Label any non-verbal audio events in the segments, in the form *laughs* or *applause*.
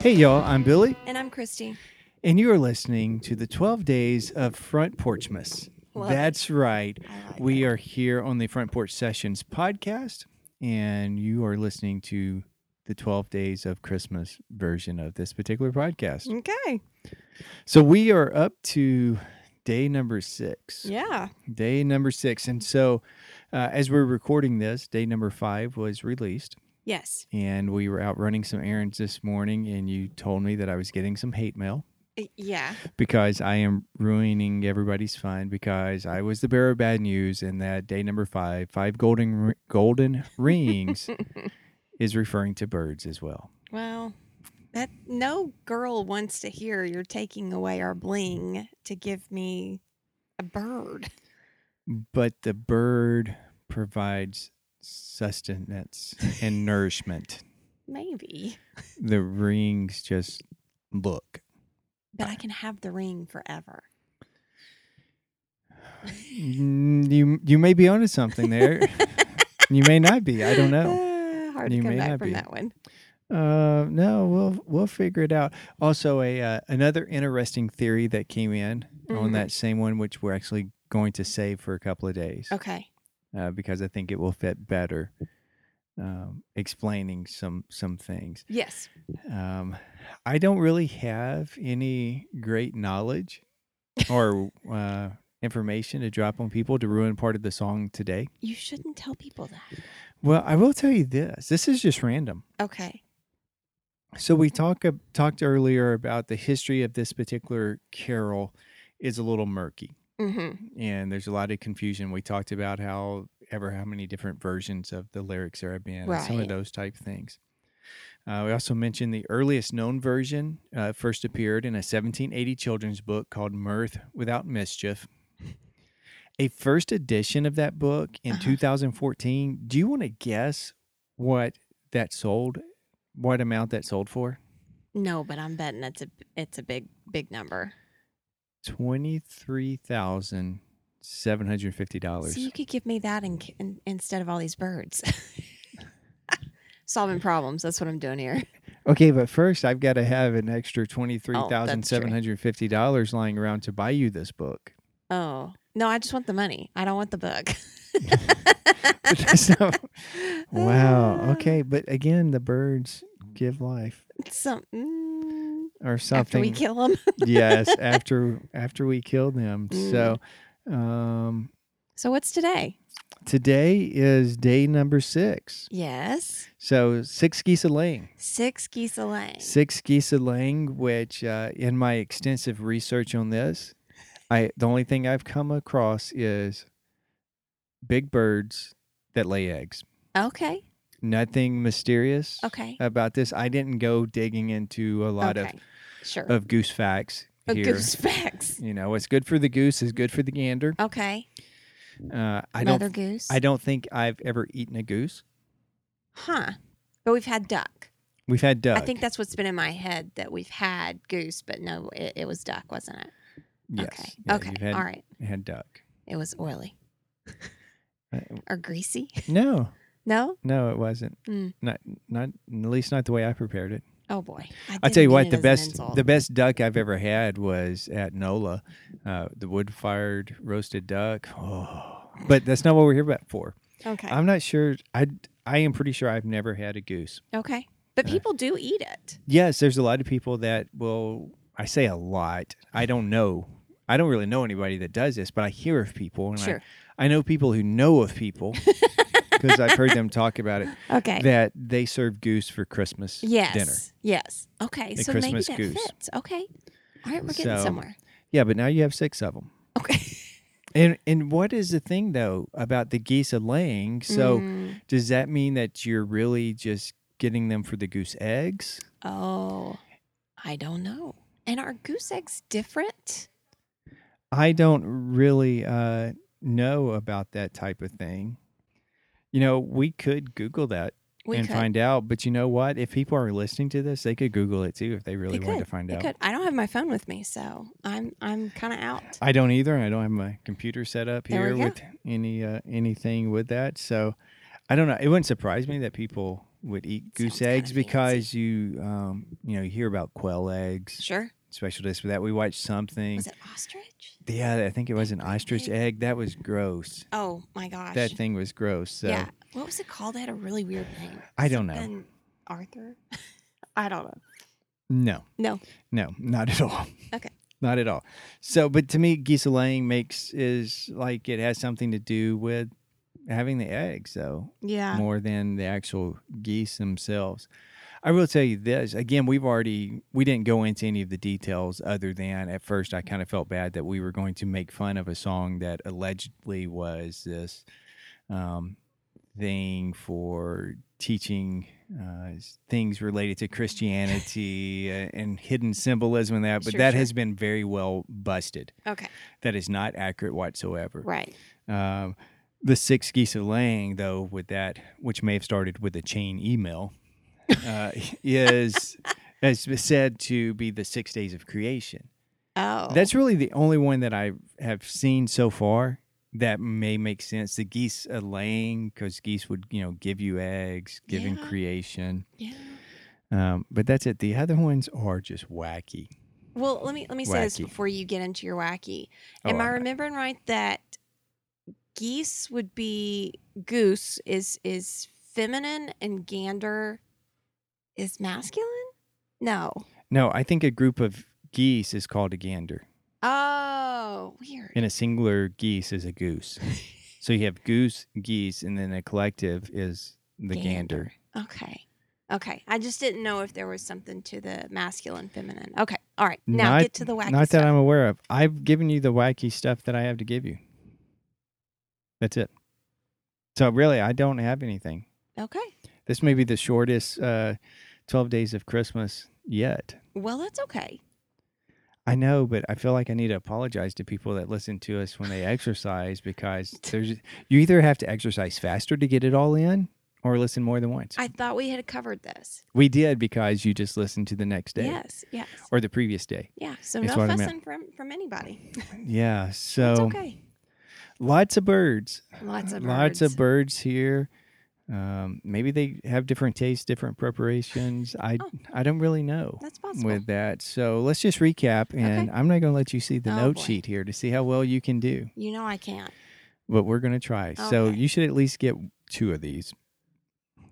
Hey, y'all, I'm Billy, And I'm Christy. and you are listening to the 12 Days of Front Porchmas. Love it. That's right. I like We it. are here on the Front Porch Sessions podcast, and you are listening to the 12 Days of Christmas version of this particular Mm. podcast. Okay. So, we are up to day number six. Yeah. Day number six. And so, uh, as we're recording this, day number five was released. Yes. and we were out running some errands this morning and you told me that I was getting some hate mail Y- Yeah. because I am ruining everybody's fun because I was the bearer of bad news and that day number 5 five golden r- golden rings is referring to birds as well. Well, that no girl wants to hear you're taking away our bling to give me a bird. But the bird provides sustenance and nourishment. Maybe. The rings just look. But I can have the ring forever. Mm, You you may be onto something there. you may not be. I don't know. *laughs* Ah, hard You to may come not back from be. that one. Uh, no, we'll we'll figure it out. Also, a uh, another interesting theory that came in on Mhm. that same one, which we're actually going to save for a couple of days, Okay. uh, because I think it will fit better um, explaining some some things. Yes. Um, I don't really have any great knowledge or uh, information to drop on people to ruin part of the song today. You shouldn't tell people that. Well, I will tell you this. This is just random. Okay. So we talk, talked earlier about the history of this particular carol is a little murky Mm-hmm. and there's a lot of confusion. We talked about how ever how many different versions of the lyrics there have been and some of Right. those type things. Uh, we also mentioned the earliest known version uh, first appeared in a 1780 children's book called Mirth Without Mischief. A first edition of that book in Uh-huh. 2014. Do you want to guess what that sold? What amount that sold for? No, but I'm betting it's a it's a big big number. twenty-three thousand seven hundred fifty dollars. So you could give me that in, in, instead of all these birds. *laughs* Solving problems. That's what I'm doing here. Okay, but first I've got to have Oh, an extra twenty-three thousand seven hundred fifty dollars lying around to buy you this *laughs* book. *laughs* Oh no, I just want the money. I don't want the book. But that's not- *laughs* *laughs* wow. Okay, but again, the birds give life Something or mm, after something. we kill them. *laughs* yes, after after we kill them. So, Mm. um, So what's today? today is day number six. Yes, So six geese a laying. six geese a laying. Six geese a laying, which uh, in my extensive research on this, I the only thing I've come across is big birds that lay eggs. Okay. Nothing mysterious Okay. about this. I didn't go digging into a lot okay. sure. of, of goose facts A here. goose facts. You know, what's good for the goose is good for the gander. Okay. Uh, I don't. Mother goose. I don't think I've ever eaten a goose. huh. But we've had duck. We've had duck. I think that's what's been in my head that we've had goose, but no, it, it was duck, wasn't it? yes. Okay. Yeah, okay. You've had, All right. had duck. It was *laughs* oily Uh, or greasy. *laughs* No. No? No, it wasn't. Mm. Not not at least not the way I prepared it. Oh boy. I didn't tell you mean what, it the as an best insult. the best duck I've ever had was at Nola, uh, the wood fired roasted duck. Oh. But that's not what we're here about for. okay. I'm not sure. I I am pretty sure I've never had a goose. okay. But Uh, people do eat it. Yes, there's a lot of people that will. I say a lot. I don't know. I don't really know anybody that does this, but I hear of people, and Sure. I, I know people who know of *laughs* people because I've heard them talk about it. Okay. that they serve goose for Christmas yes. dinner. Yes. Okay. The so Christmas maybe that goose. fits. Okay. All right, we're getting So- somewhere. Yeah, but now you have six of them. Okay. And and what is the thing though about the geese a laying? *laughs* So Mm. does that mean that you're really just getting them for the goose eggs? Oh. I don't know. And are goose eggs different? I don't really uh, know about that type of thing. You know, we could Google that We and could. find out. But you know what? If people are listening to this, they could Google it too if they really They wanted could. to find They out. could. I don't have my phone with me, so I'm I'm kind of out. I don't either. and I don't have my computer set up There we here go. with any uh, anything with that. So I don't know. It wouldn't surprise me that people would eat Sounds goose kinda eggs fancy. because you um, you know you hear about quail eggs Sure. special dish for that. We watched something. Was it ostrich? Yeah, I think it was an That ostrich big? egg. That was gross. Oh my gosh. That thing was gross. So Yeah. What was it called? It had a really weird name. uh, I don't know. And Arthur? *laughs* I don't know. No. No. No, not at all. *laughs* Okay. Not at all. So, but to me, Giselaying makes is like it has something to do with having the eggs, though, Yeah. more than the actual geese themselves. I will tell you this again, we've already, we didn't go into any of the details other than at first I kind of felt bad that we were going to make fun of a song that allegedly was this um, thing for teaching uh, s- things related to Christianity uh, and hidden symbolism and that, but Sure, that sure. has been very well busted. Okay. That is not accurate whatsoever. Right. Um, the six geese of laying, though, with that, which may have started with a chain email, uh, *laughs* is as said to be the six days of creation. Oh. That's really the only one that I have seen so far that may make sense. The geese are laying because geese would, you know, give you eggs, giving Yeah. creation. yeah. Um, but that's it. The other ones are just wacky. Well, let me let me say this Wacky. before you get into your wacky. Oh, Am I I'm- remembering right that geese would be goose is is feminine and gander is masculine? No. No, I think a group of geese is called a gander, Oh, weird. *laughs* and a singular geese is a goose. so you have goose, geese, and then a collective is the gander. Okay. Okay. I just didn't know if there was something to the masculine, feminine. Okay. All right. Now Not- get to the wacky Not that stuff. I'm aware of. I've given you the wacky stuff that I have to give you. That's it. So really, I don't have anything. okay. This may be the shortest uh, 12 days of Christmas yet. Well, that's okay. I know, but I feel like I need to apologize to people that listen to us *laughs* when they exercise because there's you either have to exercise faster to get it all in or listen more than once. I thought we had covered this. we did because you just listened to the next day Yes. Yes. or the previous day. yeah. So it's no what I meant. fussing from from anybody. Yeah, so it's okay. lots of birds. Lots of lots birds. of birds here. Um, maybe they have different tastes, different preparations. I Oh. I don't really know. That's possible. With that, so let's just recap, and I'm not going to let you see the Oh, note boy. sheet here to see how well you can do. you know I can't. but we're going to try. So Okay. you should at least get two of these.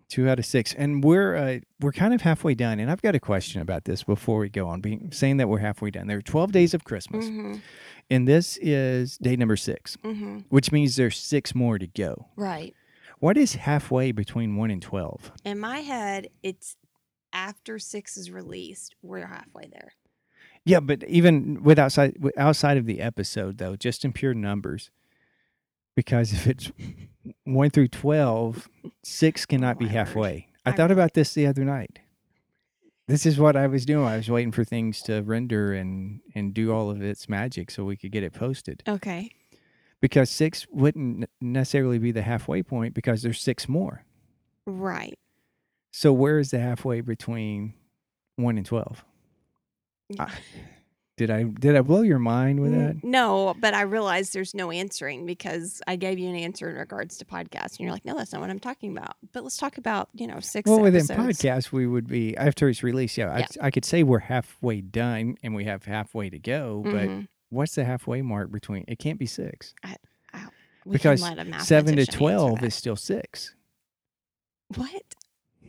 Two out of six, and we're uh, we're kind of halfway done. And I've got a question about this before we go on. Being saying that we're halfway done, there are twelve days of Christmas, Mm-hmm. and this is day number six, Mm-hmm. which means there's six more to go. Right. What is halfway between one and twelve? In my head, it's after six is released. We're halfway there. Yeah, but even with outside with outside of the episode though, just in pure numbers, because if it's *laughs* one through 12, six cannot be my word. halfway. Oh, I I thought really- about this the other night. This is what I was doing. I was waiting for things to render and and do all of its magic so we could get it posted. Okay. Because six wouldn't necessarily be the halfway point because there's six more. Right. So where is the halfway between one and twelve? I- Did I did I blow your mind with that? N- No, but I realized there's no answering because I gave you an answer in regards to podcasts, and you're like, no, that's not what I'm talking about. But let's talk about you know six. Well, within episodes. podcast, we would be after it's released. Yeah, Yeah. I, I could say we're halfway done and we have halfway to go, but Mhm. what's the halfway mark between? It can't be six We can because let a seven mathematician to answer twelve that. is still six. what?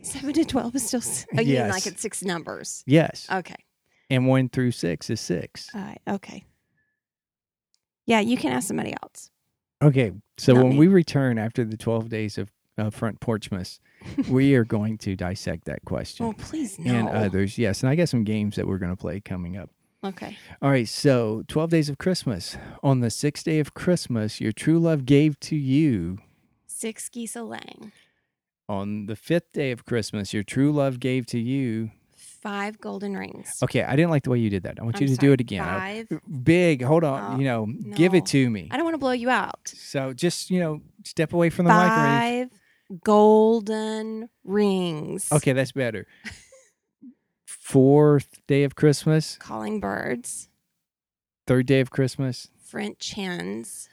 Seven to twelve is still. s- Oh, you mean Yes. like it's six numbers? Yes, Okay. and one through six is six. All right. Okay. Yeah, you can ask somebody else. Okay, so Oh. Not when me. we return after the twelve days of uh, front porchmas, we are going to dissect that question Well, please no. and uh, others. Yes, and I got some games that we're going to play coming up. Okay. All right, so 12 days of Christmas. On the sixth day of Christmas, your true love gave to you Six geese a laying, on the fifth day of Christmas, your true love gave to you. five golden rings. Okay, I didn't like the way you did that. I want you I'm to do sorry, it again. I- Five. Big, hold on, Oh, you know, give no. it to me. I don't want to blow you out. So just, you know, step away from the microwave. five golden rings. Okay, that's *laughs* better. Fourth day of Christmas, Calling birds, third day of Christmas, French hens,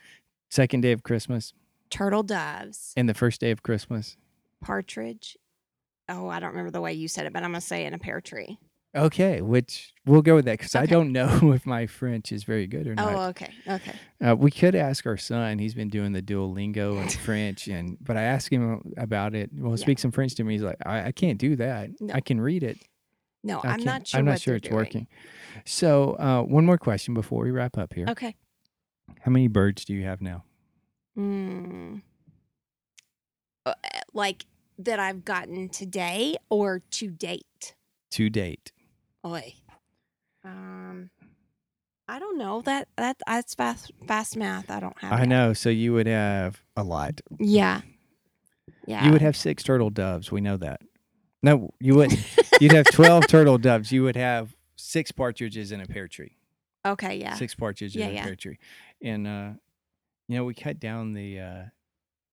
second day of Christmas, turtle doves, and the first day of Christmas. partridge oh, I don't remember the way you said it, but I'm gonna say in a pear tree. Okay, which we'll go with that because I Okay. don't *laughs* know if my French is very good or not. Oh, okay, okay. Uh, we could ask our son. He's been doing the Duolingo *laughs* and French, and but I asked him about it. Well, Yeah. speak some French to me. He's like, I, I can't do that. No. I can read it. No, I I'm can't- not sure. I'm what not sure they're it's doing. working. So, uh, one more question before we wrap up here. Okay. How many birds do you have now? Mm. Uh, Like that I've gotten today or to date. To date, Oy. Um, I don't know that that that's fast fast math. I don't have. I that. know. So you would have a lot. Yeah. Yeah. You would have six turtle doves. We know that. No, you *laughs* wouldn't. You'd have twelve turtle doves. You would have six partridges in a pear tree. okay. Yeah. six partridges Yeah, in a yeah. pear tree. And uh, you know, we cut down the uh,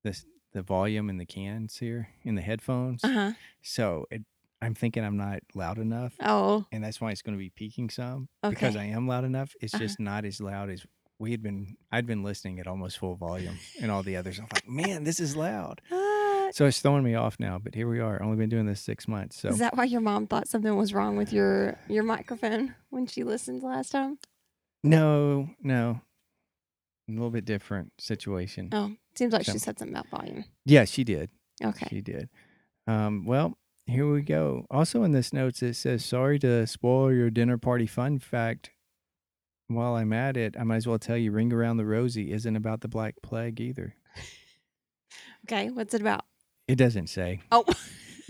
the s- the volume in the cans here in the headphones, Uh huh. so it, I'm thinking I'm not loud enough, Oh. and that's why it's going to be peaking some because Okay. I am loud enough. It's Uh-huh. just not as loud as we had been. I'd been listening at almost full volume, and all the others. I'm like, man, this is loud. Ah, So it's throwing me off now, but here we are. Only been doing this six months, so Is that why your mom thought something was wrong with your your microphone when she listened last time? no, no, a little bit different situation. Oh, seems like So- she said something about volume. Yeah, she did. Okay. She did. Um, well, here we go. Also in this notes, it says, sorry to spoil your dinner party fun fact. While I'm at it, I might as well tell you Ring Around the Rosie isn't about the Black Plague either. Okay. What's it about? It doesn't say. Oh.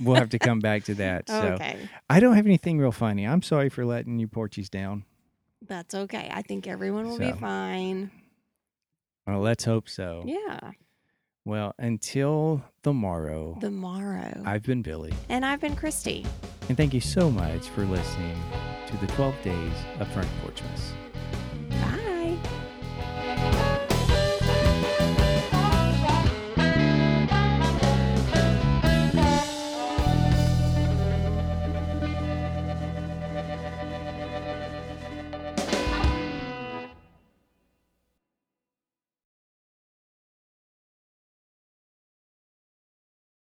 We'll have to come back *laughs* to that. So okay. I don't have anything real funny. I'm sorry for letting you Porchies down. That's okay. I think everyone will So- be fine. Well, Oh, let's hope so. Yeah. Well, until the morrow, The morrow. I've been Billy, and I've been Christy. and thank you so much for listening to the 12 Days of Frank Porchmas.